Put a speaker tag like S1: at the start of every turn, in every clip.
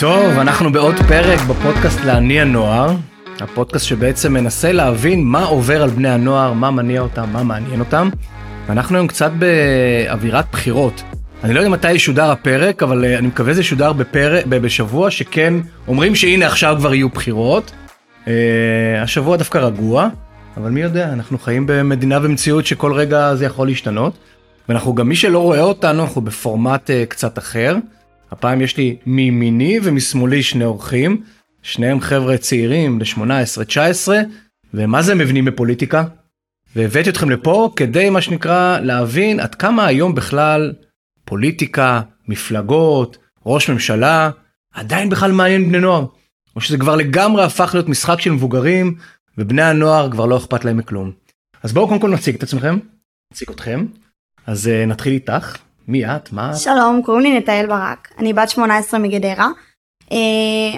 S1: טוב, אנחנו בעוד פרק בפודקאסט להניע נוער, הפודקאסט שבעצם מנסה להבין מה עובר על בני הנוער, מה מניע אותם, מה מעניין אותם. ואנחנו היום קצת באווירת בחירות. אני לא יודע מתי ישודר הפרק, אבל אה, אני מקווה זה ישודר בפרק, ב- בשבוע שכן אומרים שהנה עכשיו כבר יהיו בחירות. אה, השבוע דווקא רגוע, אבל מי יודע, אנחנו חיים במדינה ומציאות שכל רגע זה יכול להשתנות. ואנחנו גם מי שלא רואה אותנו, אנחנו בפורמט אה, קצת אחר. הפעם יש לי מימיני ומשמאלי שני אורחים, שניהם חבר'ה צעירים, בני 18-19, ומה זה מבינים בפוליטיקה? והבאתי אתכם לפה כדי מה שנקרא להבין עד כמה היום בכלל פוליטיקה, מפלגות, ראש ממשלה, עדיין בכלל מעניין בני נוער. או שזה כבר לגמרי הפך להיות משחק של מבוגרים, ובני הנוער כבר לא אכפת להם מכלום. אז בואו קודם כל נציג את עצמכם, נציג אתכם. אז אה, נתחיל איתך, מי את? מה את?
S2: שלום, קוראים לי נתאל ברק, אני בת 18 מגדרה. אה,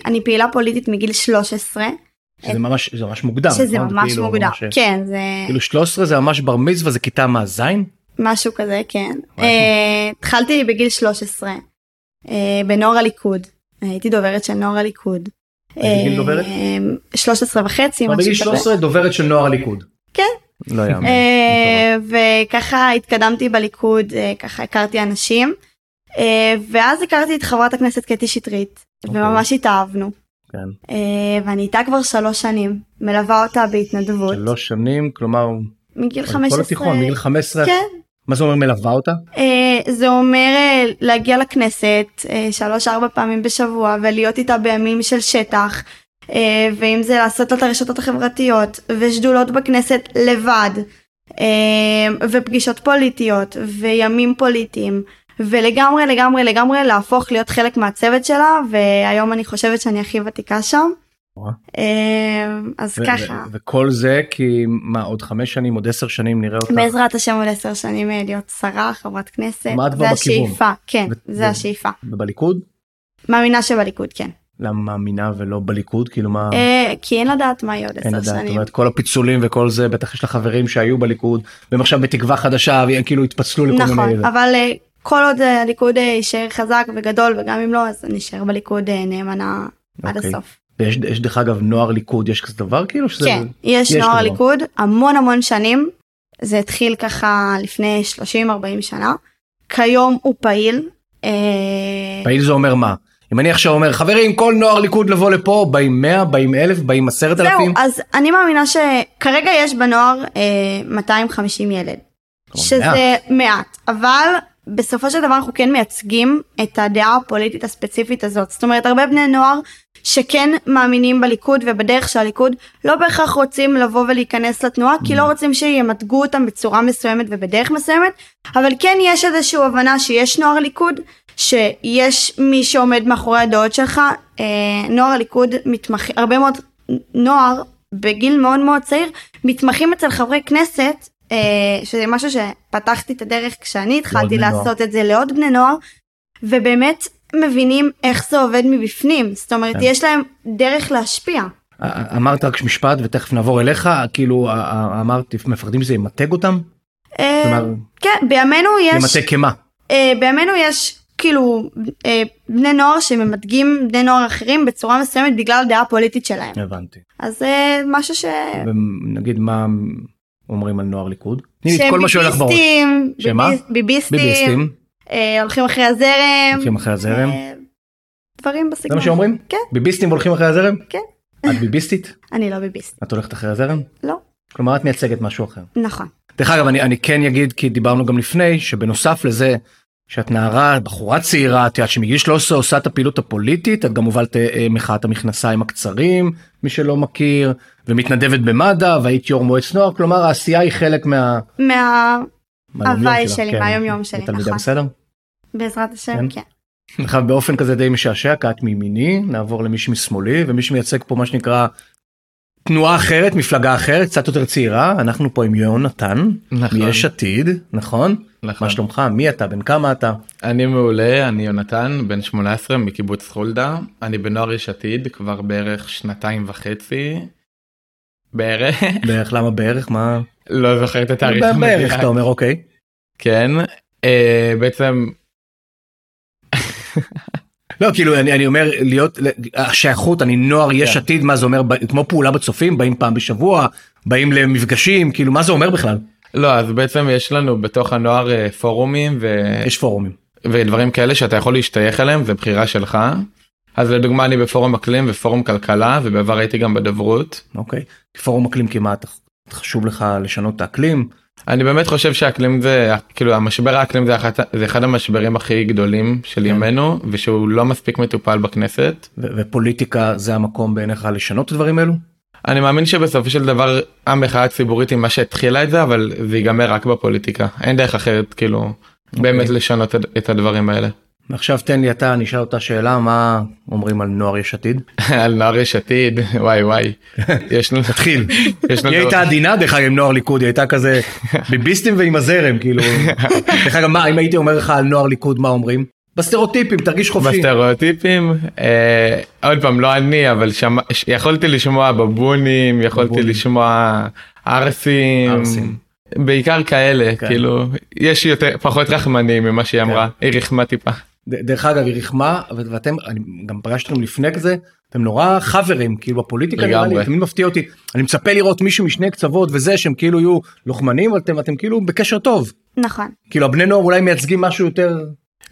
S2: אני פעילה פוליטית מגיל 13,
S1: שזה ממש זה ממש מוקדם
S2: שזה
S1: נכון? זה
S2: ממש
S1: כאילו
S2: מוגדר.
S1: ממש-
S2: כן, זה
S1: כאילו 13 זה ממש בר מצווה זה כיתה מה זין
S2: משהו כזה, כן.
S1: וואי.
S2: אה, התחלתי בגיל 13, אה, בנוער הליכוד. הייתי דוברת של נוער הליכוד.
S1: הייתי בגיל
S2: אה,
S1: דוברת?
S2: 13 וחצי,
S1: אבל בגיל
S2: משהו כזה.
S1: 13 דוברת של נוער הליכוד.
S2: כן.
S1: לא יאמן.
S2: אה, וככה התקדמתי בליכוד, אה, ככה הכרתי אנשים. אה, ואז הכרתי את חברת הכנסת קטי שטרית,
S1: אוקיי.
S2: וממש התאהבנו.
S1: כן.
S2: אה, ואני איתה כבר שלוש שנים, מלווה אותה בהתנדבות.
S1: שלוש שנים כלומר
S2: מגיל
S1: כל
S2: 15.
S1: התיכון מגיל 15
S2: כן.
S1: מה זה אומר מלווה אותה
S2: אה, זה אומר אה, להגיע לכנסת אה, שלוש ארבע פעמים בשבוע ולהיות איתה בימים של שטח. אה, ואם זה לעשות לה את הרשתות החברתיות ושדולות בכנסת לבד אה, ופגישות פוליטיות וימים פוליטיים ולגמרי לגמרי לגמרי להפוך להיות חלק מהצוות שלה והיום אני חושבת שאני הכי ותיקה שם.
S1: וואו.
S2: אה, אז
S1: ו-
S2: ככה.
S1: ו- וכל זה כי מה עוד חמש שנים עוד עשר שנים נראה אותה
S2: בעזרת השם עוד עשר שנים אה, להיות שרה, חברת כנסת,
S1: כלומר, את כבר
S2: זה
S1: בכיוון.
S2: השאיפה, כן,
S1: ו-
S2: זה
S1: ו-
S2: השאיפה.
S1: בליכוד
S2: מאמינה שבליכוד כן.
S1: למה מאמינה ולא בליכוד כאילו מה
S2: אה, כי אין לדעת מה יהיה עוד
S1: אין
S2: עשר
S1: לדעת, זאת
S2: שנים.
S1: אומרת, כל הפיצולים וכל זה, בטח יש לך חברים שהיו בליכוד, והם עכשיו בתקווה חדשה, והם כאילו התפצלו לכל מיני...
S2: נכון, אבל אה, כל עוד אה, הליכוד אה, יישאר חזק וגדול וגם אם לא אז נשאר בליכוד אה, נאמנה עד
S1: אוקיי.
S2: הסוף.
S1: ויש יש דרך אגב נוער ליכוד, יש כזה דבר כאילו? שזה...
S2: כן, יש
S1: יש
S2: נוער
S1: כבר.
S2: ליכוד המון המון שנים, זה התחיל ככה לפני 30-40 שנה, כיום הוא פעיל. אה,
S1: פעיל זה אומר מה? אם אני עכשיו אומר, חברים, כל נוער ליכוד לבוא לפה, באים 100, באים 1,000, באים 10,000,
S2: זהו, אז אני מאמינה שכרגע יש בנוער אה, 250 ילד,
S1: כלומר, מעט.
S2: שזה מעט, אבל בסופו של דבר אנחנו כן מייצגים את הדעה הפוליטית הספציפית הזאת. זאת אומרת, הרבה בני נוער שכן מאמינים בליכוד ובדרך של הליכוד, לא בהכרח רוצים לבוא ולהיכנס לתנועה, כי
S1: Mm.
S2: לא רוצים שימתגו אותם בצורה מסוימת ובדרך מסוימת, אבל כן יש איזושהי הבנה שיש נוער ליכוד, שיש מי שעומד מאחורי הדעות שלך, אה, נוער הליכוד מתמחים, הרבה מאוד נוער בגיל מאוד מאוד צעיר, מתמחים אצל חברי כנסת, אה, שזה משהו שפתחתי את הדרך כשאני התחלתי
S1: בני נוער.
S2: לעשות את זה לעוד בני נוער, ובאמת מבינים איך זה עובד מבפנים, זאת אומרת
S1: כן.
S2: יש להם דרך להשפיע.
S1: א- אמרת רק משפט ותכף נעבור אליך, כאילו א- א- אמרת, מפחדים שזה ימתג אותם?
S2: אה,
S1: כלומר,
S2: כן, בימינו יש,
S1: ימתג כמה?
S2: אה, בימינו יש כאילו אה, בני נוער שממתגים בני נוער אחרים בצורה מסוימת בגלל הדעה הפוליטית שלהם.
S1: הבנתי.
S2: אז זה משהו ש...
S1: ונגיד מה אומרים על נוער ליכוד? תני לי את
S2: שהם
S1: כל מה שהולך בראש.
S2: ביביסטים,
S1: שהם מה?
S2: ביביס- ביביסטים,
S1: ביביסטים,
S2: אה, הולכים אחרי הזרם,
S1: הולכים אחרי הזרם.
S2: אה, דברים בסגנון.
S1: זה מה שאומרים?
S2: כן.
S1: ביביסטים הולכים אחרי הזרם?
S2: כן.
S1: את ביביסטית?
S2: אני לא ביביסט,
S1: את הולכת אחרי הזרם?
S2: לא,
S1: כלומר את מייצגת משהו אחר.
S2: נכון.
S1: דרך אגב אני, אני כן אגיד כי דיברנו גם לפני שבנוסף לזה שאת נערה בחורה צעירה את יודעת שמגיל 13 עושה את הפעילות הפוליטית את גם הובלת אה, מחאת המכנסיים הקצרים מי שלא מכיר ומתנדבת במד"א והיית יו"ר מועצת נוער כלומר העשייה היא חלק מה...
S2: מה...
S1: מהיומיום
S2: הוואי
S1: שלך,
S2: שלי, מהיומיום שלי,
S1: בתלמידה,
S2: נכון.
S1: בסדר?
S2: בעזרת השם,
S1: כן.
S2: כן.
S1: לך באופן כזה די משעשע כי את מימיני נעבור למי שמשמאלי ומי שמייצג פה מה שנקרא תנועה אחרת מפלגה אחרת קצת יותר צעירה אנחנו פה עם יונתן
S3: נכון.
S1: מיש עתיד נכון
S3: נכון.
S1: מה שלומך מי אתה בן כמה אתה
S3: אני מעולה, אני יונתן, בן 18 מקיבוץ חולדה. אני בנוער יש עתיד כבר בערך שנתיים וחצי. בערך,
S1: בערך למה בערך מה
S3: לא זוכר את התאריך.
S1: בערך
S3: המדויק.
S1: אתה אומר אוקיי
S3: כן, אה, בעצם
S1: לא, כאילו, אני, אני אומר, להיות, השייכות, אני נוער יש
S3: כן.
S1: עתיד, מה זה אומר, ב- כמו פעולה בצופים, באים פעם בשבוע, באים למפגשים, כאילו, מה זה אומר בכלל?
S3: לא, אז בעצם יש לנו בתוך הנוער אה, פורומים ו...
S1: יש פורומים.
S3: ודברים כאלה שאתה יכול להשתייך אליהם זה בחירה שלך. אז לדוגמה אני בפורום אקלים ופורום כלכלה ובעבר הייתי גם בדוברות.
S1: אוקיי. פורום אקלים כמעט חשוב לך לשנות את האקלים.
S3: אני באמת חושב שהאקלים זה כאילו המשבר האקלים זה, אחת, זה אחד המשברים הכי גדולים
S1: כן.
S3: של ימינו ושהוא לא מספיק מטופל בכנסת.
S1: ו- ופוליטיקה זה המקום בעיניך לשנות את הדברים האלו?
S3: אני מאמין שבסופו של דבר המחאה הציבורית היא מה שהתחילה את זה אבל זה ייגמר רק בפוליטיקה אין דרך אחרת כאילו
S1: אוקיי.
S3: באמת לשנות את- את הדברים האלה.
S1: ועכשיו תן לי אתה, אני אשאל אותה שאלה, מה אומרים על נוער יש עתיד?
S3: על נוער יש עתיד וואי וואי יש לנו
S1: תתחיל.
S3: יש לנו
S1: היא הייתה עדינה דרך אגב עם נוער ליכוד, היא הייתה כזה ביביסטים ועם הזרם, כאילו. דרך אגב, מה, אם הייתי אומר לך על נוער ליכוד, מה אומרים? בסטריאוטיפים, תרגיש חופשי.
S3: בסטריאוטיפים אה, עוד פעם לא אני אבל שם יכולתי לשמוע בבונים יכולתי
S1: בבונים.
S3: לשמוע ערסים
S1: ערסים.
S3: בעיקר כאלה
S1: כן.
S3: כאילו יש יותר פחות רחמנים ממה שהיא אמרה היא רחמה טיפה
S1: ד- דרך אגב, היא רחמה, ו- ואתם, אני גם פגשתי אתכם לפני כזה, אתם נורא חברים, כאילו בפוליטיקה נראה לי,
S3: לגמרי.
S1: תמיד מפתיע אותי. אני מצפה לראות מישהו משני קצוות וזה, שהם כאילו יהיו לוחמנים, אבל אתם- אתם כאילו בקשר טוב.
S2: נכון.
S1: כאילו הבני נוער אולי מייצגים משהו יותר...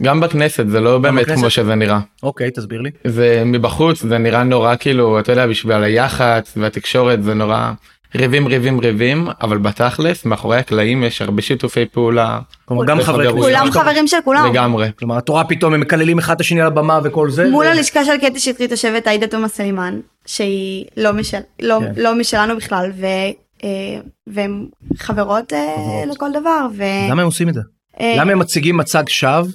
S3: גם בכנסת זה לא באמת
S1: בכנסת?
S3: כמו שזה נראה
S1: אוקיי, תסביר לי.
S3: זה מבחוץ זה נראה נורא כאילו אתה יודע בשביל היח"צ והתקשורת זה נורא ריבים ריבים ריבים אבל בתכלס מאחורי הקלעים יש הרבה שיתופי פעולה
S1: כלומר, גם חברי
S3: כולם
S1: כנסת.
S2: כולם חברים של כולם.
S3: לגמרי.
S1: כלומר, את רואה פתאום הם מקללים אחד את השני על הבמה וכל זה.
S2: מול
S1: ו-
S2: הלשכה של קטי שטרית יושבת עאידה תומא סלימאן שהיא לא, משל, לא,
S1: כן.
S2: לא משלנו בכלל ו, אה, והן חברות, אה,
S1: חברות.
S2: לכל דבר. ו,
S1: למה הם עושים את זה?
S2: אה,
S1: למה הם מציגים מצג שווא?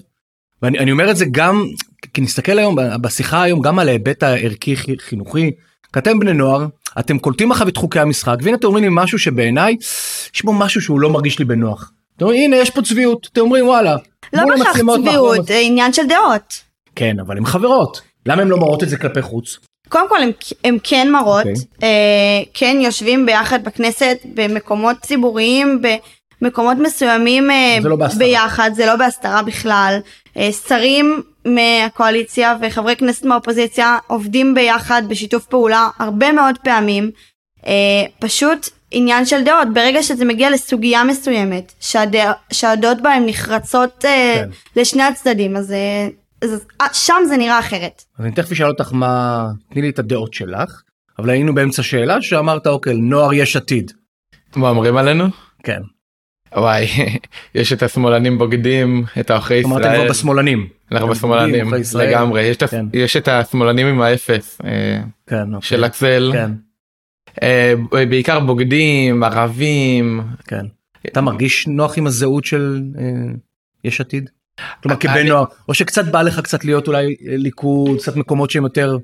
S1: ואני אני אומר את זה גם, כי נסתכל היום, בשיחה היום, גם על ההיבט הערכי חי- חינוכי. כי אתם בני נוער, אתם קולטים אחריו את חוקי המשחק, והנה אתם אומרים לי משהו שבעיניי, יש בו משהו שהוא לא מרגיש לי בנוח. אתם אומרים, הנה, יש פה צביעות. אתם אומרים, וואלה.
S2: לא
S1: מול
S2: בהכרח
S1: המצלמות, מאחורי
S2: צביעות,
S1: המצלמות.
S2: אה, עניין של דעות.
S1: כן, אבל הן חברות. למה הן לא מראות את זה כלפי חוץ?
S2: קודם כל הם, הם כן מראות,
S1: אוקיי.
S2: okay. אה, כן יושבים ביחד בכנסת במקומות ציבוריים, במקומות מסוימים אה,
S1: זה לא בהסתרה.
S2: ביחד, זה לא בהסתרה בכלל. אה, שרים מהקואליציה וחברי כנסת מהאופוזיציה עובדים ביחד בשיתוף פעולה הרבה מאוד פעמים. אה, פשוט עניין של דעות, ברגע שזה מגיע לסוגיה מסוימת, שהדע, שהדעות בה הן נחרצות אה,
S1: כן.
S2: כן. לשני הצדדים, אז, אה, אז אה, שם זה נראה אחרת.
S1: אז אני תכף אשאל אותך מה, תני לי את הדעות שלך, אבל היינו באמצע שאלה שאמרת, אוקיי, נוער יש עתיד.
S3: מה אומרים עלינו?
S1: כן.
S3: וואי, יש את השמאלנים בוגדים, את העוכרי
S1: כלומר, אתם כבר
S3: ישראל,
S1: בשמאלנים.
S3: אנחנו
S1: אתם בוגדים,
S3: בשמאלנים,
S1: עוכרי ישראל.
S3: לגמרי, יש את ה-
S1: כן.
S3: יש את השמאלנים עם האפס, אה,
S1: כן, אוקיי.
S3: של הצל,
S1: כן,
S3: אה, ב- בעיקר בוגדים, ערבים,
S1: כן. אתה מרגיש נוח עם הזהות של אה, יש עתיד? כלומר,
S3: אני-
S1: כבן נוער, או שקצת בא לך קצת להיות אולי אה, ליכוד, קצת מקומות שהם יותר,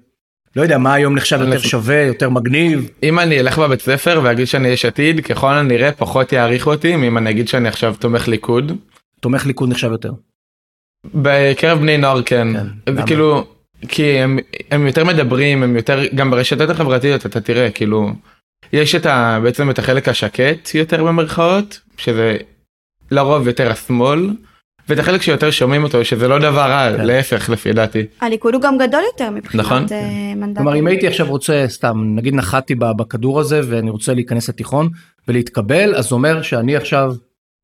S1: לא יודע, מה היום נחשב יותר
S3: אנחנו-
S1: שווה, יותר מגניב?
S3: אם אני אלך בבית ספר ואגיד שאני יש עתיד, ככל הנראה פחות יעריכו אותי מאם אני אגיד שאני עכשיו תומך ליכוד,
S1: תומך ליכוד נחשב יותר.
S3: בקרב בני נוער כן,
S1: כן,
S3: זה
S1: למה?
S3: כאילו, כי הם, הם יותר מדברים, הם יותר, גם ברשתות החברתיות אתה תראה, כאילו, יש את ה, בעצם את החלק השקט יותר במרכאות, שזה לרוב יותר השמאל, ואת החלק שיותר שומעים אותו, שזה לא דבר רע,
S1: כן.
S3: להפך לפי דעתי.
S2: הליכוד הוא גם גדול יותר מבחינת
S3: נכון.
S2: אה, מנדטים.
S1: כלומר, אם הייתי עכשיו רוצה, סתם, נגיד נחתי ב- בכדור הזה ואני רוצה להיכנס לתיכון ולהתקבל, אז זה אומר שאני עכשיו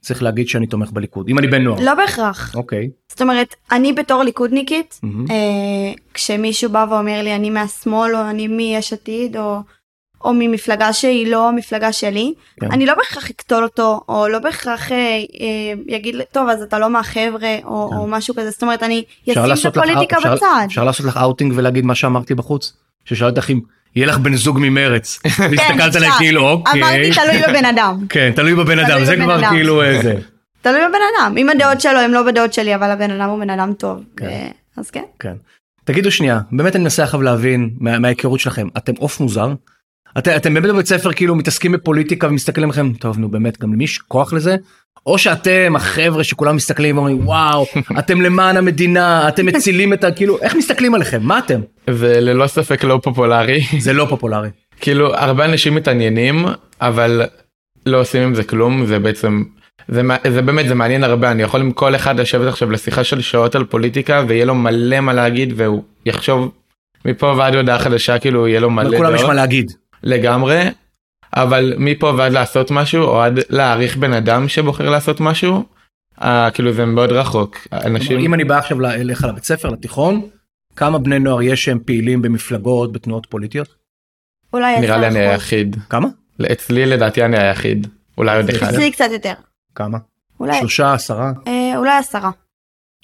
S1: צריך להגיד שאני תומך בליכוד, אם אני בן נוער.
S2: לא בהכרח.
S1: אוקיי.
S2: זאת אומרת, אני בתור ליכודניקית,
S1: מהמם.
S2: אה, כשמישהו בא ואומר לי אני מהשמאל או אני מיש עתיד או, או ממפלגה שהיא לא המפלגה שלי,
S1: כן.
S2: אני לא בהכרח אקטול אותו או לא בהכרח אה, אה, יגיד לי, טוב אז אתה לא מהחבר'ה או,
S1: כן.
S2: או משהו כזה, זאת אומרת אני
S1: אפשר
S2: אשים את
S1: לעשות לך-
S2: הפוליטיקה
S1: אפשר-
S2: בצד.
S1: אפשר לעשות לך אאוטינג ולהגיד מה שאמרתי בחוץ? ששאלת לך אם יהיה לך בן זוג ממרץ. והסתכלת עליי
S2: אפשר.
S1: כאילו אוקיי.
S2: כן, אמרתי תלוי בבן אדם,
S1: כן, תלוי בבן
S2: תלוי
S1: אדם, זה
S2: בבן
S1: כבר
S2: אדם.
S1: כאילו אה, זה.
S2: תלוי בבן אדם, אם הדעות שלו הן לא בדעות שלי אבל הבן אדם הוא בן אדם טוב, אה, אז כן.
S1: כן. תגידו שנייה, באמת אני מנסה עכשיו להבין מה- מההיכרות שלכם, אתם עוף מוזר? אתם, אתם באמת בבית ספר כאילו מתעסקים בפוליטיקה ומסתכלים עליכם, טוב נו באמת, גם למי יש כוח לזה? או שאתם החבר'ה שכולם מסתכלים ואומרים וואו, אתם למען המדינה, אתם מצילים את ה... כאילו, איך מסתכלים עליכם? מה אתם?
S3: זה ללא ספק לא פופולרי,
S1: זה לא פופולרי.
S3: כאילו הרבה אנשים מתעניינים, אבל לא עושים עם זה כלום, זה בעצם זה, מע- זה באמת, זה מעניין הרבה, אני יכול עם כל אחד לשבת עכשיו לשיחה של שעות על פוליטיקה, ויהיה לו מלא מה להגיד, והוא יחשוב מפה ועד הודעה חדשה, כאילו יהיה לו מלא דעות.
S1: לכולם יש מה להגיד.
S3: לגמרי, אבל מפה ועד לעשות משהו, או עד להעריך בן אדם שבוחר לעשות משהו, אה, כאילו זה מאוד רחוק. אנשים,
S1: אם אני בא עכשיו ל- אליך לבית ספר, לתיכון, כמה בני נוער יש שהם פעילים במפלגות, בתנועות פוליטיות?
S2: אולי
S3: נראה לי אני
S2: 10%.
S3: היחיד.
S1: כמה?
S3: אצלי לדעתי אני היחיד. אולי עוד אחד.
S2: אצלי קצת יותר.
S1: כמה?
S2: אולי-
S1: שלושה, עשרה?
S2: אה, אולי עשרה.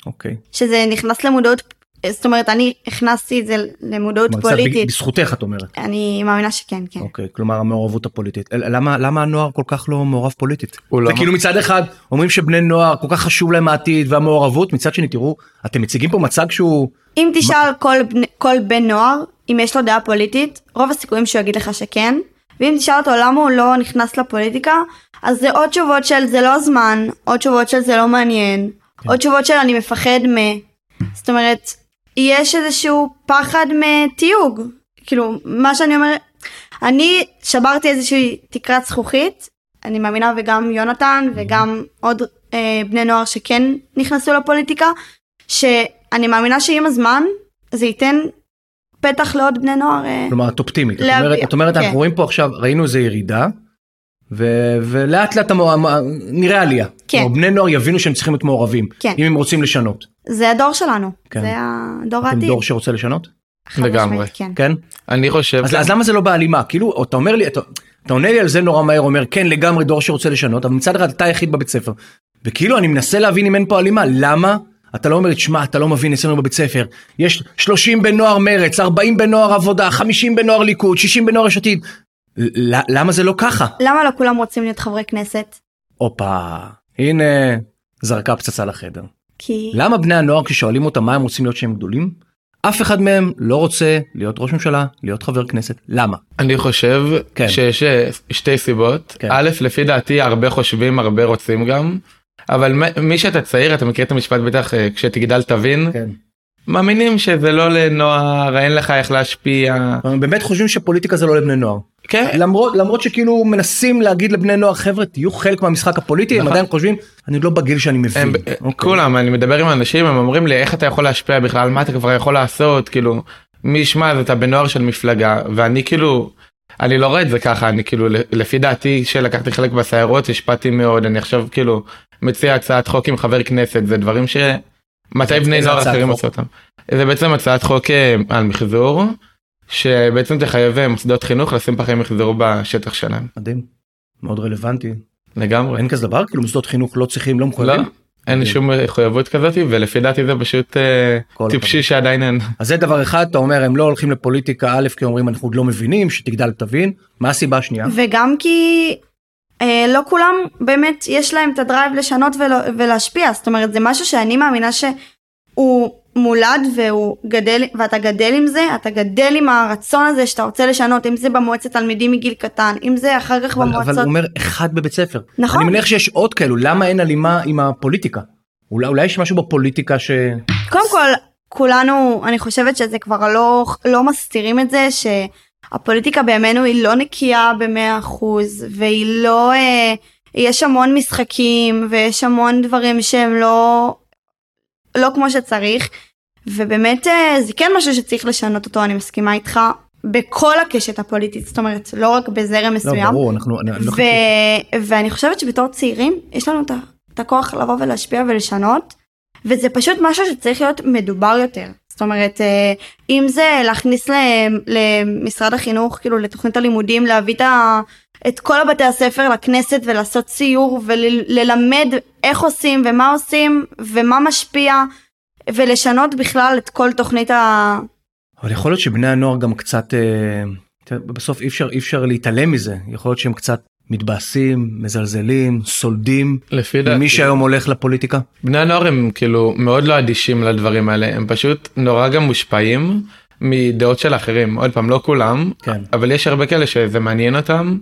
S1: אוקיי.
S2: שזה נכנס למודעות, אה, זאת אומרת אני הכנסתי את זה למודעות
S1: כלומר, קצת
S2: פוליטית.
S1: בג- בזכותך את אומרת.
S2: אני מאמינה שכן, כן.
S1: אוקיי, כלומר המעורבות הפוליטית. אל- למה למה הנוער כל כך לא מעורב פוליטית?
S3: הוא לא
S1: זה
S3: אמר.
S1: כאילו מצד אחד אומרים שבני נוער כל כך חשוב להם העתיד והמעורבות, מצד שני תראו, אתם מציגים פה מצג שהוא...
S2: אם תשאל כל, בני- כל בן נוער אם יש לו דעה פוליטית, רוב הסיכויים שהוא יגיד לך שכן. ואם תשאל אותו למה הוא לא נכנס לפוליטיקה, אז זה עוד תשובות של זה לא הזמן, עוד תשובות של זה לא מעניין,
S3: כן.
S2: עוד תשובות של אני מפחד מ... זאת אומרת, יש איזשהו פחד מתיוג. כאילו, מה שאני אומרת, אני שברתי איזושהי תקרת זכוכית, אני מאמינה וגם יונתן וגם עוד אה, בני נוער שכן נכנסו לפוליטיקה, שאני מאמינה שעם הזמן זה ייתן פתח לעוד בני נוער. אה,
S1: כלומר את אופטימית. את
S2: להביע,
S1: אומרת, את אומרת
S2: כן.
S1: אנחנו רואים פה עכשיו, ראינו איזה ירידה, ו- ולאט לאט המוע- המ- נראה עלייה.
S2: כן.
S1: כלומר, בני נוער יבינו שהם צריכים להיות מעורבים,
S2: כן.
S1: אם הם רוצים לשנות.
S2: זה הדור שלנו,
S1: כן.
S2: זה הדור
S1: אתם
S2: העתיד.
S1: דור שרוצה לשנות?
S2: חד משמעית,
S3: לגמרי.
S2: כן. אוקיי.
S1: כן?
S3: אני חושב,
S1: אז, אז למה זה לא בהלימה? כאילו, אתה אומר לי, אתה, אתה עונה לי על זה נורא מהר, אומר כן לגמרי דור שרוצה לשנות, אבל מצד אחד אתה היחיד בבית ספר. וכאילו אני מנסה להבין אם אין פה הלימה, למה? אתה לא אומר לי, תשמע, אתה לא מבין אצלנו בבית ספר, יש 30 בנוער מרץ, 40 בנוער עבודה, 50 בנוער ליכוד, 60 בנוער יש עתיד. ל- למה זה לא ככה?
S2: למה לא כולם רוצים להיות חברי כנסת?
S1: הופה, הנה, זרקה פצצה לחדר.
S2: כי...
S1: למה בני הנוער כששואלים אותם מה הם רוצים להיות שהם גדולים? אף אחד מהם לא רוצה להיות ראש ממשלה, להיות חבר כנסת, למה?
S3: אני חושב
S1: כן.
S3: שיש אה, שתי סיבות.
S1: כן.
S3: א', לפי דעתי הרבה חושבים, הרבה רוצים גם. אבל מ- מי שאתה צעיר, אתה מכיר את המשפט בטח, אה, כשתגדל תבין,
S1: כן.
S3: מאמינים שזה לא לנוער, אין לך איך להשפיע.
S1: הם באמת חושבים שפוליטיקה זה לא לבני נוער.
S3: כן,
S1: למרות, למרות שכאילו מנסים להגיד לבני נוער חבר'ה תהיו חלק מהמשחק הפוליטי הם
S3: נכון.
S1: עדיין חושבים אני לא בגיל שאני
S3: הם, אה,
S1: מבין. אוקיי.
S3: כולם אני מדבר עם אנשים הם אומרים לי איך אתה יכול להשפיע בכלל מה אתה כבר יכול לעשות כאילו מי ישמע אז אתה בנוער של מפלגה ואני כאילו אני לא רואה את זה ככה אני כאילו לפי דעתי שלקחתי חלק בסיירות השפעתי מאוד אני עכשיו כאילו מציע הצעת חוק עם חבר כנסת זה דברים ש... מתי
S1: איזה
S3: בני נוער
S1: הצעת
S3: אחרים
S1: חוק?
S3: עשו אותם. זה בעצם הצעת חוק אה, על מחזור שבעצם תחייב אה, מוסדות חינוך לשים פחי מחזור בשטח שלהם
S1: מדהים. מאוד רלוונטי.
S3: לגמרי.
S1: אין כזה דבר כאילו מוסדות חינוך לא צריכים לא
S3: לא,
S1: מחויבים.
S3: אין שום מחויבות כזאת ולפי דעתי זה פשוט אה,
S1: כל
S3: טיפשי שעדיין אין.
S1: אז זה דבר אחד אתה אומר הם לא הולכים לפוליטיקה א' כי אומרים אנחנו עוד לא מבינים שתגדל תבין מה הסיבה השנייה.
S2: וגם כי אה, לא כולם באמת יש להם את הדרייב לשנות ולא, ולהשפיע זאת אומרת זה משהו שאני מאמינה שהוא מולד והוא גדל ואתה גדל עם זה אתה גדל עם הרצון הזה שאתה רוצה לשנות אם זה במועצת תלמידים מגיל קטן אם זה אחר כך
S1: אבל, אבל
S2: במועצות
S1: הוא אומר אחד בבית ספר.
S2: נכון.
S1: אני מניח שיש עוד כאלו למה אין הלימה עם הפוליטיקה. אולי, אולי יש משהו בפוליטיקה ש... לא,
S2: קודם כל כולנו אני חושבת שזה כבר לא לא מסתירים את זה שהפוליטיקה בימינו היא לא נקייה במאה אחוז והיא לא אה, יש המון משחקים ויש המון דברים שהם לא לא כמו שצריך ובאמת אה, זה כן משהו שצריך לשנות אותו אני מסכימה איתך בכל הקשת הפוליטית זאת אומרת לא רק בזרם
S1: לא
S2: מסוים.
S1: ברור אנחנו... אני- אני לא חושב ש-
S2: ו- ואני חושבת שבתור צעירים יש לנו את ה- את הכוח לבוא ולהשפיע ולשנות וזה פשוט משהו שצריך להיות מדובר יותר זאת אומרת אה, אם זה להכניס ל- למשרד החינוך כאילו לתוכנית הלימודים להביא את, ה- את כל הבתי הספר לכנסת ולעשות סיור וללמד איך עושים ומה עושים ומה משפיע ולשנות בכלל את כל תוכנית ה...
S1: אבל יכול להיות שבני הנוער גם קצת אה, אתה יודע, בסוף אי אפשר אי אפשר להתעלם מזה יכול להיות שהם קצת מתבאסים מזלזלים סולדים
S3: לפי
S1: ממי
S3: דעתי
S1: שהיום הולך לפוליטיקה
S3: בני הנוער הם כאילו מאוד לא אדישים לדברים האלה הם פשוט נורא גם מושפעים מדעות של אחרים עוד פעם לא כולם
S1: כן
S3: אבל יש הרבה כאלה שזה מעניין אותם.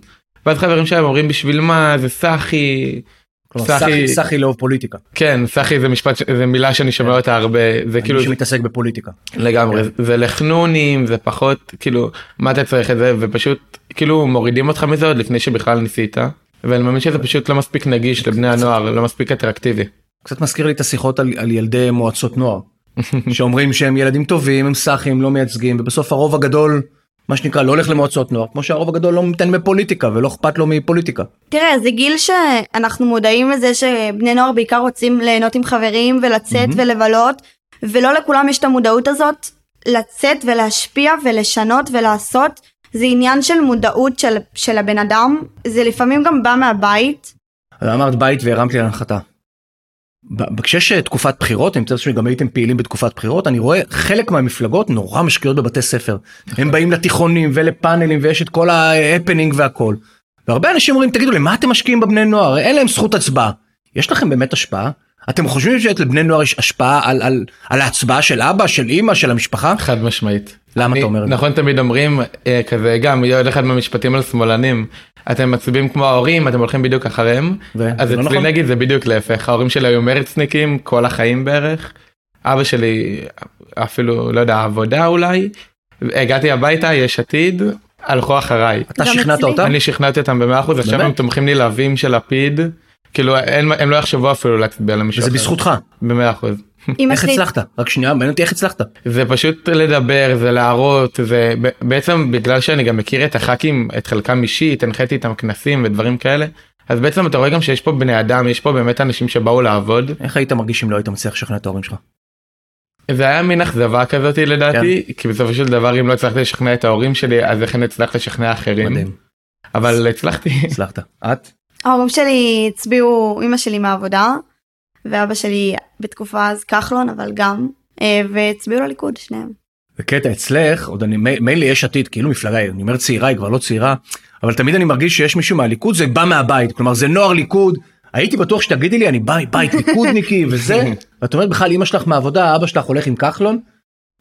S3: ואז חברים שלהם אומרים בשביל מה זה סאחי
S1: כלומר,
S3: סחי-
S1: סחי סחי לא אוהב פוליטיקה
S3: כן סאחי זה משפט ש- זה מילה שאני
S1: כן.
S3: שומע אותה הרבה זה
S1: כאילו
S3: כאילו
S1: שמתעסק בפוליטיקה
S3: לגמרי זה לחנונים זה פחות כאילו מה אתה צריך את זה ופשוט כאילו מורידים אותך מזה עוד לפני שבכלל ניסית. ואני מאמין שזה פשוט לא מספיק נגיש לבני הנוער, לא מספיק אטרקטיבי.
S1: קצת מזכיר לי את השיחות על, על ילדי מועצות נוער, שאומרים שהם ילדים טובים, הם סאחים, לא מייצגים, ובסוף הרוב הגדול, מה שנקרא, לא הולך למועצות נוער, כמו שהרוב הגדול לא מתעניין בפוליטיקה ולא אכפת לו מפוליטיקה.
S2: תראה, זה גיל שאנחנו מודעים לזה שבני נוער בעיקר רוצים ליהנות עם חברים ולצאת ולבלות, ולא לכולם יש את המודעות הזאת לצאת ולהשפיע ולשנות ולעשות. זה עניין של מודעות של, של הבן אדם, זה לפעמים גם בא מהבית.
S1: אז אמרת בית והרמת לי להנחתה. ב- כשיש אה, תקופת בחירות, אני מתאר לעצמי שגם הייתם פעילים בתקופת בחירות, אני רואה חלק מהמפלגות נורא משקיעות בבתי ספר.
S3: נכון.
S1: הם באים לתיכונים ולפאנלים ויש את כל ההפנינג והכל. והרבה אנשים אומרים, תגידו לי, מה אתם משקיעים בבני נוער? אין להם זכות הצבעה. יש לכם באמת השפעה? אתם חושבים שלבני נוער יש השפעה על, על, על ההצבעה של אבא, של אימא, של המשפחה?
S3: חד משמעית.
S1: למה אתה אומר את זה?
S3: נכון תמיד אומרים אה, כזה גם עוד אחד מהמשפטים על שמאלנים אתם מצביעים כמו ההורים אתם הולכים בדיוק אחריהם
S1: ו-
S3: אז
S1: זה לא
S3: אצלי
S1: נכון?
S3: נגיד זה בדיוק להפך ההורים שלי היו מרצניקים כל החיים בערך אבא שלי אפילו לא יודע עבודה אולי הגעתי הביתה יש עתיד הלכו אחריי
S1: אתה
S2: גם
S1: שכנעת
S2: אצלי.
S1: אותם?
S3: אני שכנעתי אותם במאה אחוז עכשיו
S1: באמת?
S3: הם תומכים נלהבים של לפיד כאילו אין- הם לא יחשבו אפילו להצביע למישהו
S1: זה
S3: אחר.
S1: בזכותך.
S3: במאה אחוז.
S2: אמא
S1: איך
S2: שלי
S1: הצלחת? רק שנייה, מעניין אותי איך הצלחת.
S3: זה פשוט לדבר זה להראות זה ב- בעצם בגלל שאני גם מכיר את הח"כים את חלקם אישית הנחיתי איתם כנסים ודברים כאלה אז בעצם אתה רואה גם שיש פה בני אדם יש פה באמת אנשים שבאו לעבוד
S1: איך היית מרגיש אם לא היית מצליח לשכנע את ההורים שלך?
S3: זה היה מין אכזבה כזאת לדעתי
S1: כן.
S3: כי בסופו של דבר אם לא הצלחתי לשכנע את ההורים שלי אז איך אני אצלח לשכנע
S2: כן.
S3: אחרים
S1: מדהים,
S3: אבל הצלחתי
S1: הצלחת. את?
S2: ההורים שלי הצביעו אמא שלי מהעבודה ואבא שלי בתקופה אז כחלון אבל גם אה, והצביעו לליכוד שניהם.
S1: בקטע אצלך, עוד אני, מי- מילא יש עתיד, כאילו מפלגה, אני אומר צעירה, היא כבר לא צעירה, אבל תמיד אני מרגיש שיש מישהו מהליכוד, זה בא מהבית, כלומר זה נוער ליכוד, הייתי בטוח שתגידי לי, אני בא מבית ליכודניקי וזה, ואת אומרת בכלל, אמא שלך מהעבודה, אבא שלך הולך עם כחלון,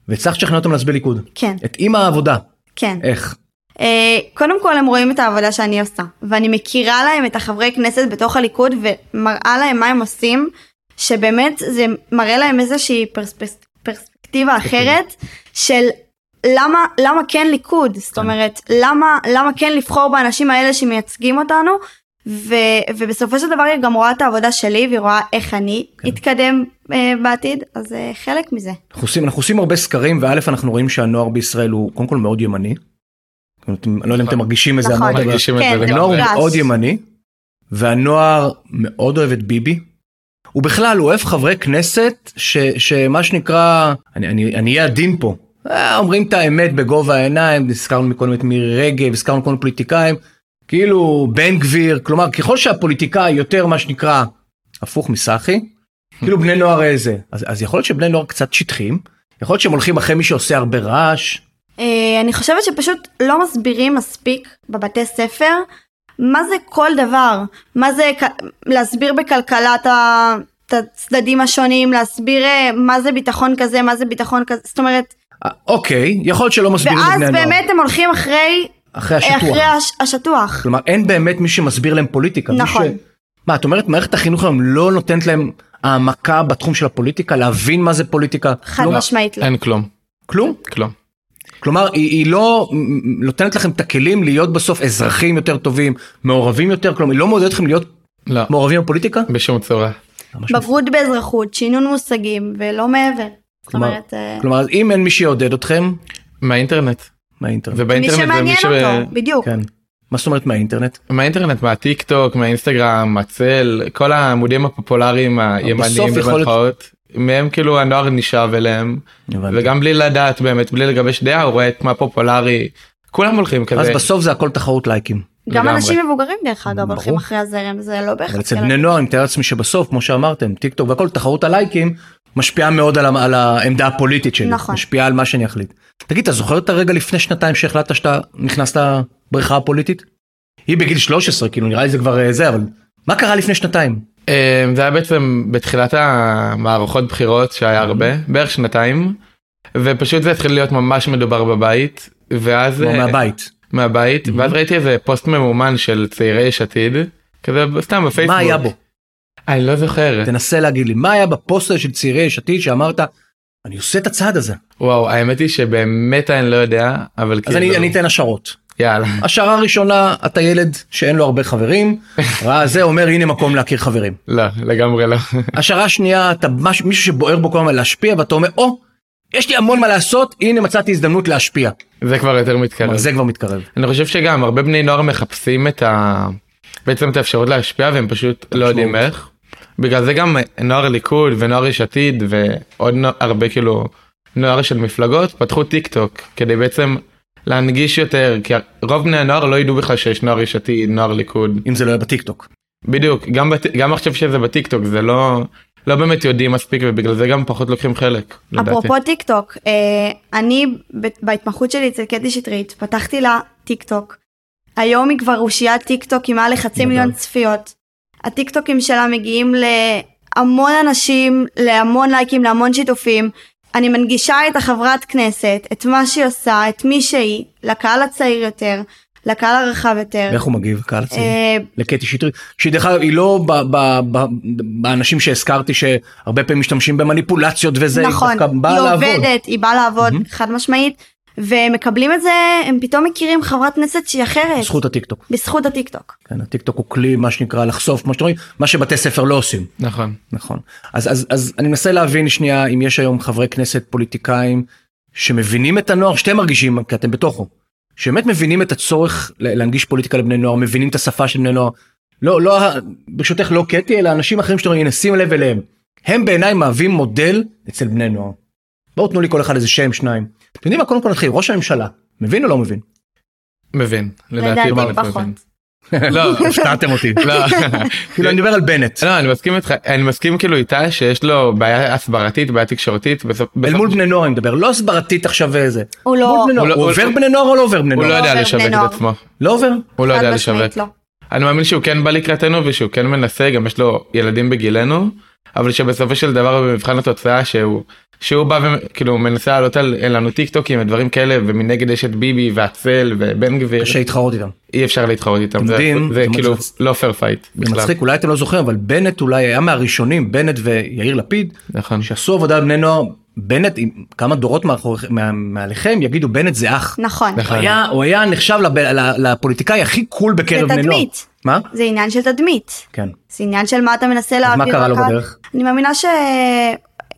S1: והצלחת לשכנע אותם להצביע ליכוד.
S2: כן
S1: את אימא העבודה,
S2: כן
S1: איך?
S2: אה, קודם כל הם רואים את העבודה שאני עושה ואני מכירה להם את החברי כנסת בתוך הליכוד ומראה להם מה הם עושים שבאמת זה מראה להם איזושהי פרספס- פרספקטיבה אחרת של למה למה כן ליכוד זאת אומרת למה למה כן לבחור באנשים האלה שמייצגים אותנו ו, ובסופו של דבר היא גם רואה את העבודה שלי והיא רואה איך אני כן. אתקדם אה, בעתיד אז זה חלק מזה.
S1: אנחנו עושים, אנחנו עושים הרבה סקרים, וא' אנחנו רואים שהנוער בישראל הוא קודם כל מאוד ימני. זאת אומרת, אני לא יודע אם אתם מרגישים את זה,
S2: נכון.
S1: הנוער-
S3: מרגישים את
S2: כן,
S3: זה
S2: זה
S1: הנוער
S3: לגמרי.
S1: הוא
S2: מורגש.
S1: מאוד ימני, והנוער מאוד אוהב את ביבי. הוא בכלל הוא אוהב חברי כנסת ש, שמה שנקרא, אני, אני, אני אהיה עדין פה, אה, אומרים את האמת בגובה העיניים, הזכרנו מקודם את מירי רגב, הזכרנו כל מיני פוליטיקאים, כאילו בן גביר, כלומר ככל שהפוליטיקאי יותר מה שנקרא הפוך מסאחי, כאילו בני נוער איזה, אז, אז יכול להיות שבני נוער קצת שטחים, יכול להיות שהם הולכים אחרי מי שעושה הרבה רעש,
S2: אה, אני חושבת שפשוט לא מסבירים מספיק בבתי ספר מה זה כל דבר, מה זה כ- להסביר בכלכלה את ה- את הצדדים השונים, להסביר אה, מה זה ביטחון כזה, מה זה ביטחון כזה, זאת אומרת,
S1: אה, אוקיי, יכול להיות שלא מסבירים
S2: ואז
S1: לבני הנוער,
S2: באמת הם הולכים אחרי, אה,
S1: אחרי השטוח. לא,
S2: אחרי הש, השטוח.
S1: כלומר אין באמת מי שמסביר להם פוליטיקה. מי
S2: נכון.
S1: ש... מה את אומרת מערכת החינוך היום לא נותנת להם העמקה בתחום של הפוליטיקה להבין מה זה פוליטיקה
S2: חד
S1: לא,
S2: משמעית לא.
S3: אין כלום
S1: כלום
S3: כלום
S1: כלומר היא, היא לא מ- מ- נותנת לכם את הכלים להיות בסוף אזרחים יותר טובים מעורבים יותר כלומר היא לא מעודדת אתכם להיות
S3: לא
S1: מעורבים בפוליטיקה.
S3: בשום צורה
S1: ממש לא. מפ-
S2: בגרות באזרחות, שינון מושגים ולא מעבר. זאת
S1: כלומר-
S2: אומרת, אה,
S1: כלומר אז אם אין מי שיעודד אתכם
S3: מהאינטרנט
S1: מהאינטרנט.
S2: מי
S3: ובאינטרנט זה מי
S2: שמעניין
S3: ש...
S2: אותו, בדיוק.
S1: כן. מה זאת אומרת מהאינטרנט?
S3: מהאינטרנט מהטיק טוק מהאינסטגרם הצל כל העמודים הפופולריים הימניים
S1: בסוף יכול להיות-
S3: במרכאות מהם כאילו הנוער נשאב אליהם
S1: הבנתי.
S3: וגם בלי לדעת באמת בלי לגבש דעה הוא רואה את מה פופולרי כולם הולכים
S1: אז
S3: כזה
S1: בסוף זה הכל תחרות לייקים.
S2: גם
S3: לגמרי.
S2: אנשים מבוגרים דרך אגב
S1: ברור.
S2: הולכים אחרי הזרם, זה לא בהכרח.
S1: אבל אצל
S2: ילדים.
S1: בני נוער אני מתאר לעצמי שבסוף כמו שאמרתם טיק טוק והכל תחרות הלייקים משפיעה מאוד על, ה- על העמדה הפוליטית שלי
S2: נכון.
S1: משפיעה על מה שאני אחליט. תגיד אתה זוכר את הרגע לפני שנתיים שהחלטת שאתה נכנסת לבריכה הפוליטית? היא בגיל 13 כאילו נראה לי זה כבר אה, זה אבל מה קרה לפני שנתיים?
S3: אה, זה היה בעצם בתחילת המערכות בחירות שהיה הרבה בערך שנתיים ופשוט זה התחיל להיות ממש מדובר בבית ואז
S1: כלומר,
S3: אה,
S1: מהבית.
S3: מהבית ואז ראיתי איזה פוסט ממומן של צעירי יש עתיד כזה סתם בפייסבוק.
S1: מה היה בו?
S3: אני לא זוכר.
S1: תנסה להגיד לי מה היה בפוסטר של צעירי יש עתיד שאמרת אני עושה את הצעד הזה
S3: וואו האמת היא שבאמת אני כן, לא יודע אבל
S1: אז אני אני אתן השערות.
S3: יאללה.
S1: השערה הראשונה, אתה ילד שאין לו הרבה חברים, ראה זה אומר הנה מקום להכיר חברים.
S3: לא, לגמרי לא.
S1: השערה השנייה, אתה מש... מישהו שבוער בו כל הזמן להשפיע, ואתה אומר, או, יש לי המון מה לעשות, הנה מצאתי הזדמנות להשפיע.
S3: זה כבר יותר
S1: כלומר,
S3: מתקרב.
S1: זה כבר מתקרב.
S3: אני חושב שגם הרבה בני נוער מחפשים את ה... בעצם את האפשרות להשפיע והם פשוט לא יודעים איך. בגלל זה גם נוער ליכוד ונוער יש עתיד ועוד נוע... הרבה כאילו נוער של מפלגות פתחו טיק טוק כדי בעצם להנגיש יותר כי רוב בני הנוער לא ידעו בכלל שיש נוער יש עתיד נוער ליכוד
S1: אם זה לא היה בטיקטוק.
S2: כן.
S3: בדיוק גם בת... גם עכשיו שזה בטיק טוק זה לא לא באמת יודעים מספיק ובגלל זה גם פחות לוקחים חלק. לדעתי.
S2: אפרופו טיק טוק, אה, אני ב- בהתמחות שלי אצל קטי שטרית פתחתי לה טיק טוק. היום היא כבר אושיית טיק טוק עם מעל לחצי
S1: גדול.
S2: מיליון צפיות. הטיק טוקים שלה מגיעים להמון אנשים, להמון לייקים, להמון שיתופים. אני מנגישה את החברת כנסת, את מה שהיא עושה, את מי שהיא, לקהל הצעיר יותר, לקהל הרחב יותר.
S1: ואיך הוא מגיב, קהל הצעיר?
S2: אה,
S1: לקטי שטרית, שהיא דרך אגב, היא לא ב- ב- ב- באנשים שהזכרתי שהרבה פעמים משתמשים במניפולציות וזה,
S2: נכון,
S1: היא דווקא באה
S2: היא
S1: לעבוד.
S2: עובדת, היא באה לעבוד, חד משמעית, ומקבלים את זה, הם פתאום מכירים חברת כנסת שהיא אחרת,
S1: בזכות הטיקטוק.
S2: בזכות הטיקטוק.
S1: כן, הטיקטוק הוא כלי, מה שנקרא, לחשוף, כמו שאתם רואים, מה שבתי ספר לא עושים.
S3: נכון.
S1: נכון. אז, אז, אז אני מנסה להבין שנייה אם יש היום חברי כנסת פוליטיקאים שמבינים את הנוער, שאתם מרגישים, כי אתם בתוכו, שבאמת מבינים את הצורך ל- להנגיש פוליטיקה לבני נוער, מבינים את השפה של בני נוער. לא, לא, ה- ברשותך לא קטי, אלא אנשים אחרים שאתם רואים, הנה, שים לב אליהם. הם בעיניי מהווים מודל אצל בני נוער. בואו תנו לי כל אחד איזה שם, שניים. אתם יודעים מה? קודם כל נתחיל, ראש הממשלה, מבין או לא מבין?
S3: מבין.
S2: לדעתי
S3: באמת
S2: פחות.
S3: מבין. לא,
S1: הפתעתם אותי.
S3: לא.
S1: כאילו, אני מדבר על בנט.
S3: לא, אני מסכים איתך, אני מסכים כאילו איתה שיש לו בעיה הסברתית, בעיה תקשורתית, בסוף,
S1: אל
S3: בסוף
S1: מול בני נוער אני מדבר, לא הסברתית עכשיו איזה.
S2: הוא לא-
S1: מול בני נוער.
S3: הוא לא-
S1: הוא
S3: הוא-
S1: עובר בני נוער או לא עובר בני
S3: הוא לא
S1: נוער?
S2: עובר
S3: יודע
S2: בני
S3: לשווק
S2: נוער.
S3: את עצמו,
S1: לא עבר?
S3: הוא לא
S2: חד
S3: יודע
S2: משמעית
S3: לשווק.
S2: לא.
S3: אני מאמין שהוא כן בא לקראתנו ושהוא כן מנסה, גם יש לו ילדים בגילנו, אבל שבסופו של דבר במבחן התוצאה שהוא, שהוא בא וכאילו מנסה לעלות על- לנו טיק טוקים ודברים כאלה, ומנגד יש את ביבי והצל ובן גביר,
S1: קשה להתחרות איתם.
S3: אי אפשר להתחרות איתם, זה-
S1: יודעים,
S3: זה
S1: זה
S3: כאילו
S1: מצחיק.
S3: לא פייר פייט
S1: זה
S3: בכלל,
S1: מצחיק, אולי אתם לא זוכרים, אבל בנט אולי היה מהראשונים, בנט ויאיר לפיד,
S3: נכון,
S1: שעשו עבודה על בני נוער, בנט, עם כמה דורות מאחוריכם- מה- מעליכם, יגידו בנט זה אח.
S2: נכון,
S3: נכון.
S1: הוא היה- הוא היה נחשב לב- ל- לפוליטיקאי הכי קול בקרב בני נוער.
S2: לתדמית.
S1: מה?
S2: זה עניין של תדמית.
S1: כן.
S2: זה עניין של מה אתה מנסה
S1: אז
S2: להעביר.
S1: מה קרה לו
S2: לקהל.
S1: בדרך?
S2: אני מאמינה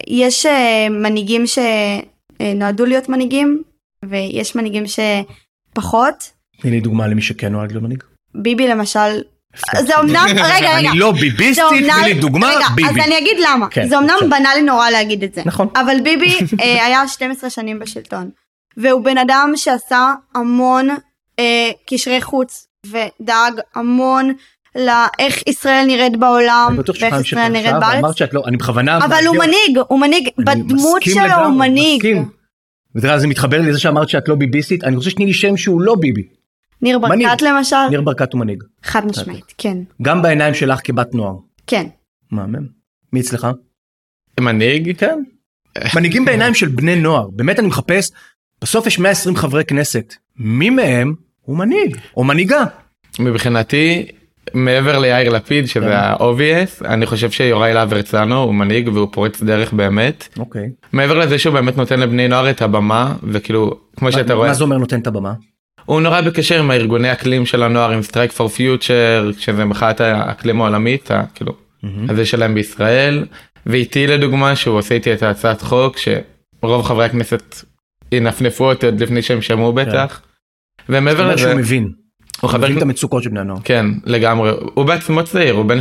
S2: שיש אה, מנהיגים שנועדו להיות מנהיגים, ויש מנהיגים שפחות.
S1: תני לי דוגמה למי שכן נועד להיות מנהיג.
S2: ביבי למשל, זה אומנם, אה, רגע, רגע.
S1: אני לא
S2: זה
S1: ביביסטית,
S2: אומנם-
S1: תני לי דוגמה,
S2: רגע,
S1: ביבי.
S2: אז אני אמ, אגיד למה.
S1: כן,
S2: זה אומנם
S1: בבקשה.
S2: בנאלי נורא להגיד את זה.
S1: נכון.
S2: אבל ביבי אה, היה 12 שנים בשלטון. והוא בן אדם שעשה המון אה, קשרי חוץ, ודאג המון לאיך ישראל נראית בעולם,
S1: אני בטוח
S2: ואיך
S1: שפעם
S2: ישראל
S1: שאת
S2: נראית
S1: עכשיו
S2: בארץ.
S1: אמרת שאת לא, אני בכוונה...
S2: אבל הוא
S1: מעדיף-
S2: מנהיג, הוא מנהיג,
S1: אני
S2: בדמות
S1: מסכים
S2: שלו הוא
S1: לגמרי,
S2: מנהיג.
S1: מסכים. ואתה יודע, זה מתחבר לזה שאמרת שאת לא ביביסטית, אני רוצה שתני לי שם שהוא לא ביבי.
S2: ניר
S1: מנהיג.
S2: ברקת למשל,
S1: ניר אוקיי. ברקת הוא מנהיג.
S2: חד משמעית, כן,
S1: גם בעיניים שלך כבת נוער.
S2: כן.
S1: מהמם. מי אצלך?
S3: מנהיג,
S1: כן. מנהיגים בעיניים של בני נוער. באמת אני מחפש, בסוף יש 120 חברי כנסת. מי מהם הוא מנהיג? או מנהיגה?
S3: מבחינתי מעבר ליאיר לפיד
S1: כן.
S3: שזה ה-obvious אני חושב שיוראי להב הרצנו הוא מנהיג והוא פורץ דרך באמת
S1: אוקיי.
S3: מעבר לזה שהוא באמת נותן לבני נוער את הבמה וכאילו כמו שאתה
S1: מה-
S3: רואה
S1: מה זה אומר נותן את הבמה?
S3: הוא נורא בקשר עם הארגוני אקלים של הנוער עם סטרייק פור פיוטר שזה מחאת האקלים העולמית ה- כאילו הזה שלהם בישראל ואיתי לדוגמה שהוא עושה איתי את ההצעת חוק שרוב חברי הכנסת ינפנפו אותי עוד לפני שהם שמעו בטח.
S1: זה
S3: ומעבר
S1: אומר
S3: לזה
S1: כן. שהוא מבין.
S3: הוא
S1: הוא
S3: חבר
S1: מבין את המצוקות של בני הנוער.
S3: כן לגמרי הוא בעצמו צעיר הוא בן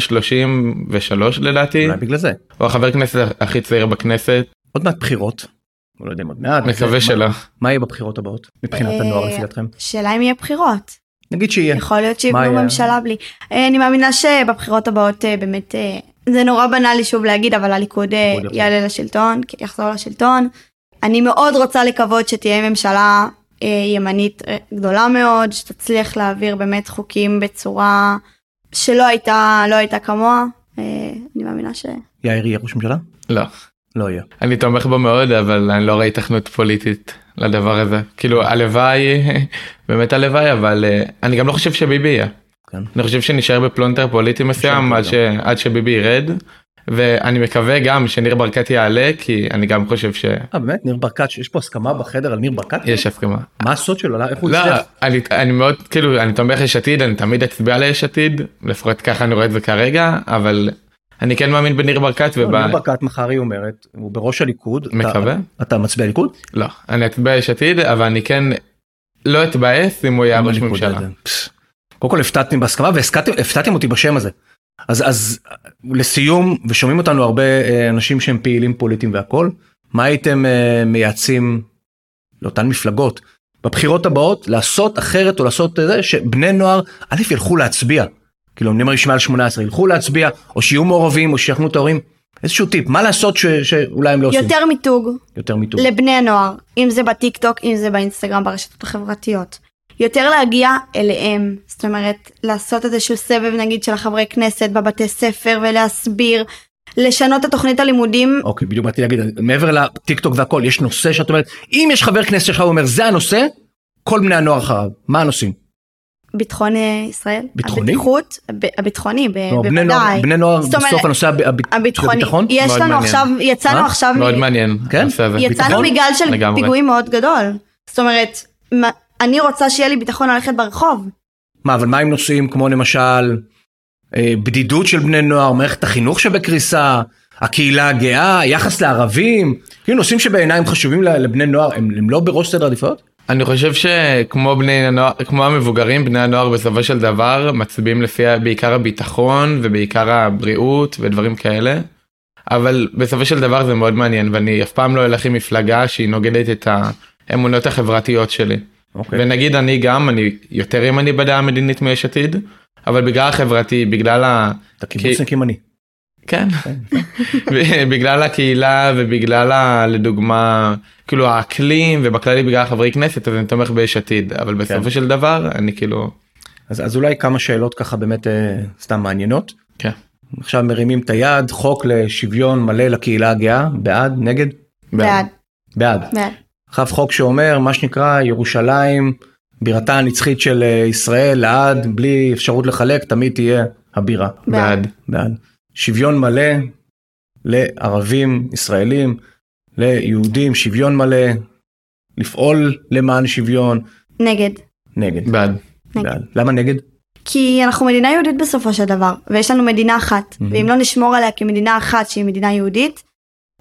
S3: 33 לדעתי
S1: אולי בגלל זה.
S3: הוא החבר כנסת הכי צעיר בכנסת
S1: עוד מעט בחירות. הוא לא יודע אם עוד מעט.
S3: מקווה
S1: מה-
S3: שלא
S1: מה יהיה בבחירות הבאות? מבחינת
S2: אה,
S1: הנוער לפי דעתכם?
S2: שאלה אם יהיה בחירות.
S1: נגיד שיהיה.
S2: יכול להיות
S1: כן. מה
S2: שיבנו
S1: יהיה?
S2: ממשלה בלי. אה, אני מאמינה שבבחירות הבאות אה, באמת, אה, זה נורא בנאלי שוב להגיד, אבל הליכוד אה,
S1: הליכוד יחזור.
S2: יעלה לשלטון, כי- יחזור לשלטון. אני מאוד רוצה לקוות שתהיה ממשלה אה, ימנית אה, גדולה מאוד, שתצליח להעביר באמת חוקים בצורה שלא הייתה, לא הייתה כמוה. אה, אני מאמינה ש...
S1: יאיר יהיה ראש ממשלה?
S3: לא
S1: לא יהיה.
S3: אני תומך בו מאוד אבל אני לא רואה התכנות פוליטית לדבר הזה כאילו הלוואי באמת הלוואי אבל אה, אני גם לא חושב שביבי יהיה
S1: כן. לא.
S3: אני חושב שנשאר בפלונטר פוליטי מסוים עד, ש...
S1: פלונטר.
S3: עד שביבי ירד ואני מקווה גם שניר ברקת יעלה, כי אני גם חושב שיש
S1: אה באמת ניר ברקת שיש פה הסכמה בחדר על ניר ברקת?
S3: הסכמה.
S1: מה הסוד שלו? איך הוא
S3: לא,
S1: הצליח?
S3: אני, אני מאוד, כאילו, אני תומך יש עתיד, אני תמיד אצביע ליש עתיד, לפחות ככה אני רואה את זה כרגע, אבל אני כן מאמין בניר ברקת
S1: לא,
S3: ובא...
S1: ניר ברקת מחר היא אומרת הוא בראש הליכוד. אתה-
S3: מקווה.
S1: אתה מצביע ליכוד?
S3: לא, אני אצביע יש עתיד, אבל אני כן לא אתבאס אם הוא יהיה ראש
S1: בליכוד,
S3: ממשלה.
S1: לא יודע. פס. קודם כל הפתעתם בהסכמה והפתעתם הפתעתם אותי בשם הזה. אז אז לסיום ושומעים אותנו הרבה אה, אנשים שהם פעילים פוליטיים והכל מה הייתם אה, מייעצים לאותן מפלגות בבחירות הבאות לעשות אחרת או לעשות אה, זה שבני נוער א' ילכו להצביע. כאילו אני אומר יש מעל 18 ילכו להצביע או שיהיו מעורבים או שיחנו את ההורים איזשהו טיפ מה לעשות ש, שאולי הם לא עושים
S2: יותר מיתוג
S1: יותר מיתוג.
S2: לבני הנוער, אם זה בטיק טוק, אם זה באינסטגרם, ברשתות החברתיות. יותר להגיע אליהם, זאת אומרת, לעשות איזשהו סבב נגיד של החברי כנסת בבתי ספר ולהסביר, לשנות את תוכנית הלימודים,
S1: אוקיי, בדיוק באתי להגיד, מעבר לטיק טוק והכל, יש נושא שאת אומרת, אם יש חבר כנסת שלך ואומר, זה הנושא, כל בני הנוער אחריו, מה הנושאים?
S2: אה, ביטחון אה, ישראל,
S1: ביטחוני?
S2: הבטיחות, הב- הביטחוני, ב-
S1: כלומר, בני נוער,
S2: בוודאי,
S1: בני נוער
S2: זאת אומרת,
S1: בסוף הנושא הב- הב- של
S2: הביטחוני,
S1: הביטחון?
S2: יש
S3: מאוד
S2: לנו
S3: מעניין.
S2: עכשיו, יצאנו
S1: מה?
S2: עכשיו,
S3: מאוד
S2: מ-
S3: מעניין.
S1: כן?
S3: הנושא הזה.
S2: יצאנו
S1: ביטחון?
S2: מגל של
S3: לגמרי.
S2: פיגועים מאוד גדול, זאת אומרת, מה- אני רוצה שיהיה לי ביטחון ללכת ברחוב,
S1: מה, אבל מה עם נושאים כמו למשל, אה, בדידות של בני נוער, מערכת החינוך שבקריסה, הקהילה הגאה, יחס לערבים, כאילו נושאים שבעיניי הם חשובים ל- לבני נוער, הם הם לא בראש סדר עדיפויות?
S3: אני חושב שכמו בני הנוער, כמו המבוגרים, בני הנוער בסופו של דבר מצביעים לפי ה- בעיקר הביטחון ובעיקר הבריאות ודברים כאלה. אבל בסופו של דבר זה מאוד מעניין ואני אף פעם לא אלך עם מפלגה שהיא נוגדת את האמונות החברתיות שלי.
S1: אוקיי.
S3: ונגיד אני גם, אני יותר ימני בדעה המדינית מיש עתיד, אבל בגלל החברתי, בגלל ה...
S1: אתה קיבוצניק ימני.
S3: כן.
S1: נכון.
S3: בגלל הקהילה ובגלל ה... לדוגמה כאילו האקלים ובכללי בגלל חברי כנסת אז אני תומך ביש עתיד אבל
S1: כן.
S3: בסופו של דבר אני כאילו
S1: אז אז אולי כמה שאלות ככה באמת אה, סתם מעניינות.
S3: כן.
S1: עכשיו מרימים את היד, חוק לשוויון מלא לקהילה הגאה, בעד, נגד?
S2: בעד,
S1: בעד.
S2: בעד.
S1: עכשיו חוק שאומר מה שנקרא ירושלים בירתה הנצחית של אה, ישראל לעד בלי אפשרות לחלק תמיד תהיה הבירה.
S3: בעד
S1: בעד. שוויון מלא לערבים ישראלים, ליהודים שוויון מלא, לפעול למען שוויון,
S2: נגד.
S1: נגד.
S3: בעד
S2: נגד.
S1: בעד. למה נגד?
S2: כי אנחנו מדינה יהודית בסופו של דבר, ויש לנו מדינה אחת,
S1: מהמם.
S2: ואם לא נשמור עליה כמדינה אחת שהיא מדינה יהודית,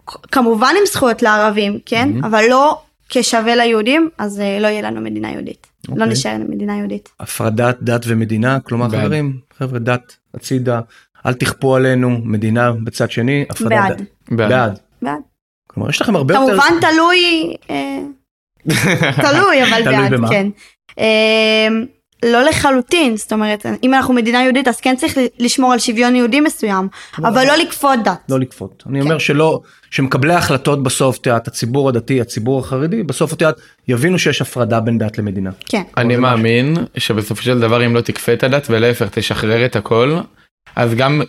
S2: כ- כמובן עם זכויות לערבים, כן?
S1: מהמם.
S2: אבל לא כשווה ליהודים, אז אה, לא יהיה לנו מדינה יהודית. לא
S1: אוקיי.
S2: נשאר מדינה יהודית.
S1: הפרדת דת ומדינה, כלומר
S3: בעד.
S1: חברים, חבר'ה דת הצידה, אל תכפו עלינו, מדינה בצד שני, הפרדת
S2: בעד.
S1: דת.
S3: בעד
S1: בעד.
S2: בעד.
S1: כלומר יש לכם הרבה יותר...
S2: כמובן תלוי, אה, תלוי, אבל
S1: תלוי
S2: בעד,
S1: במה?
S2: כן. אה, לא לחלוטין, זאת אומרת, אם אנחנו מדינה יהודית אז כן צריך לשמור על שוויון יהודי מסוים, אבל לא לכפות דת.
S1: לא לכפות.
S2: כן.
S1: אני אומר שלא, שמקבלי ההחלטות בסוף, את יודעת, הציבור הדתי, הציבור החרדי, בסוף את יודעת, יבינו שיש הפרדה בין דת למדינה.
S2: כן.
S3: אני
S1: זה
S3: מאמין שבסופו של דבר אם לא תכפה את הדת ולהפך תשחרר את הכל אז גם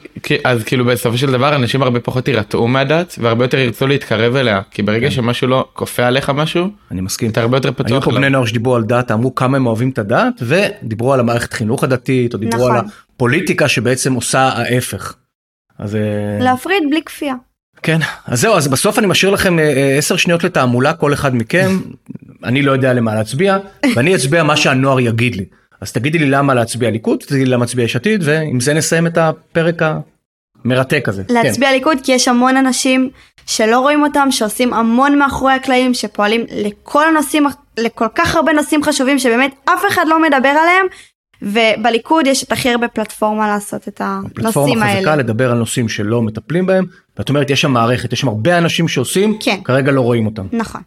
S3: אז כאילו בסופו של דבר אנשים הרבה פחות יירתעו מהדת והרבה יותר ירצו להתקרב אליה כי ברגע שמשהו לא כופה עליך משהו
S1: אני מסכים.
S3: אתה הרבה
S1: כן.
S3: יותר
S1: היו
S3: פתוח.
S1: פה
S3: לה.
S1: בני נוער שדיברו על דת, אמרו כמה הם אוהבים את הדת, ודיברו על המערכת חינוך הדתית, או דיברו
S2: נכון.
S1: על הפוליטיקה שבעצם עושה ההפך. אז אה,
S2: להפריד בלי כפייה.
S1: כן, אז זהו, אז בסוף אני משאיר לכם אה, אה, עשר שניות לתעמולה, כל אחד מכם, אני לא יודע למה להצביע, ואני אצביע מה שהנוער יגיד לי. אז תגידי לי למה להצביע ליכוד, תגידי לי למה להצביע יש עתיד, ועם זה נסיים את הפרק המרתק הזה. כן.
S2: להצביע ליכוד כי יש המון אנשים שלא רואים אותם שעושים המון מאחורי הקלעים שפועלים לכל הנושאים לכל כך הרבה נושאים חשובים שבאמת אף אחד לא מדבר עליהם ובליכוד יש את הכי הרבה פלטפורמה לעשות את הנושאים
S1: פלטפורמה חזקה
S2: האלה.
S1: לדבר על נושאים שלא מטפלים בהם, ואת אומרת יש שם מערכת, יש שם הרבה אנשים שעושים,
S2: כן.
S1: כרגע לא רואים אותם.
S2: נכון.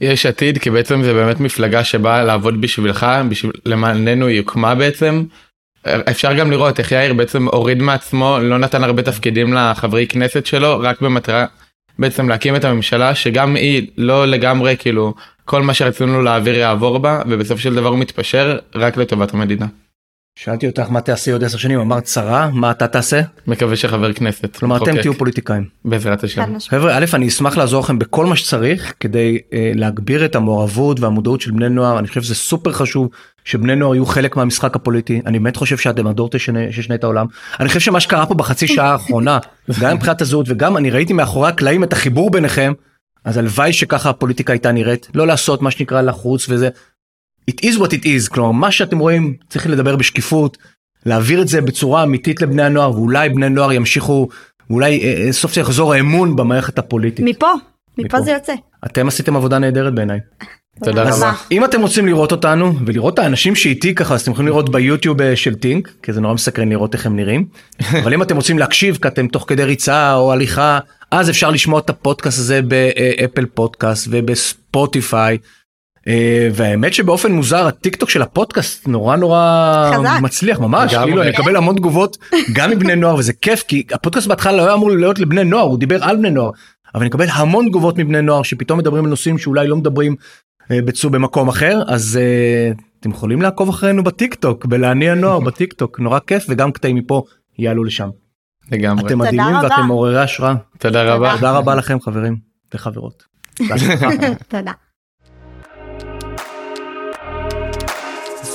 S3: יש עתיד כי בעצם זה באמת מפלגה שבאה לעבוד בשבילך בשביל למעננו היא הוקמה בעצם. אפשר גם לראות איך יאיר בעצם הוריד מעצמו לא נתן הרבה תפקידים לחברי כנסת שלו רק במטרה בעצם להקים את הממשלה שגם היא לא לגמרי כאילו כל מה שרצינו להעביר יעבור בה ובסופו של דבר הוא מתפשר רק לטובת המדינה.
S1: שאלתי אותך מה תעשי עוד עשר שנים, אמרת צרה, מה אתה תעשה?
S3: מקווה שחבר כנסת.
S1: כלומר אתם
S3: מחוקק.
S1: תהיו פוליטיקאים.
S3: בעזרת השם.
S2: חד משמעית.
S1: חבר'ה, א', אני אשמח לעזור לכם בכל מה שצריך כדי אה, להגביר את המעורבות והמודעות של בני נוער. אני חושב שזה סופר חשוב שבני נוער יהיו חלק מהמשחק הפוליטי. אני באמת חושב שאתם הדור תשנה- שישנה את העולם. אני חושב שמה שקרה פה בחצי שעה האחרונה, גם מבחינת הזהות וגם אני ראיתי מאחורי הקלעים את החיבור ביניכם, אז הלוואי שככה הפוליטיקה הייתה נראית. לא לעשות מה שנקרא לחוץ וזה. It is what it is, כלומר מה שאתם רואים צריך לדבר בשקיפות, להעביר את זה בצורה אמיתית לבני הנוער ואולי בני נוער ימשיכו אולי אה, אה, סוף סוף יחזור האמון במערכת הפוליטית.
S2: מפה, מפה
S1: מפה.
S2: זה יוצא.
S1: אתם עשיתם עבודה נהדרת בעיניי.
S3: תודה
S1: אז
S3: רבה.
S1: אם אתם רוצים לראות אותנו ולראות את האנשים שאיתי ככה אז אתם יכולים לראות ביוטיוב אה, של טינק כי זה נורא מסקרן לראות איך הם נראים. אבל אם אתם רוצים להקשיב כי אתם תוך כדי ריצה או הליכה אז אפשר לשמוע את הפודקאסט הזה באפל פודקאסט ובספוטיפיי. אה, והאמת שבאופן מוזר הטיק טוק של הפודקאסט נורא נורא
S2: חזק.
S1: מצליח ממש
S3: לגמרי.
S1: כאילו אני מקבל המון תגובות גם מבני נוער וזה כיף כי הפודקאסט בהתחלה לא היה אמור להיות לבני נוער הוא דיבר על בני נוער אבל אני מקבל המון תגובות מבני נוער שפתאום מדברים על נושאים שאולי לא מדברים אה, בצו במקום אחר אז אה, אתם יכולים לעקוב אחרינו בטיק טוק בלהניע נוער בטיק טוק נורא כיף וגם קטעים מפה יעלו לשם
S3: לגמרי.
S1: אתם מדהימים
S2: רבה.
S1: ואתם מעוררי השראה
S3: תודה רבה.
S1: תודה רבה לכם חברים וחברות. בהצלחה.
S2: תודה.
S1: אז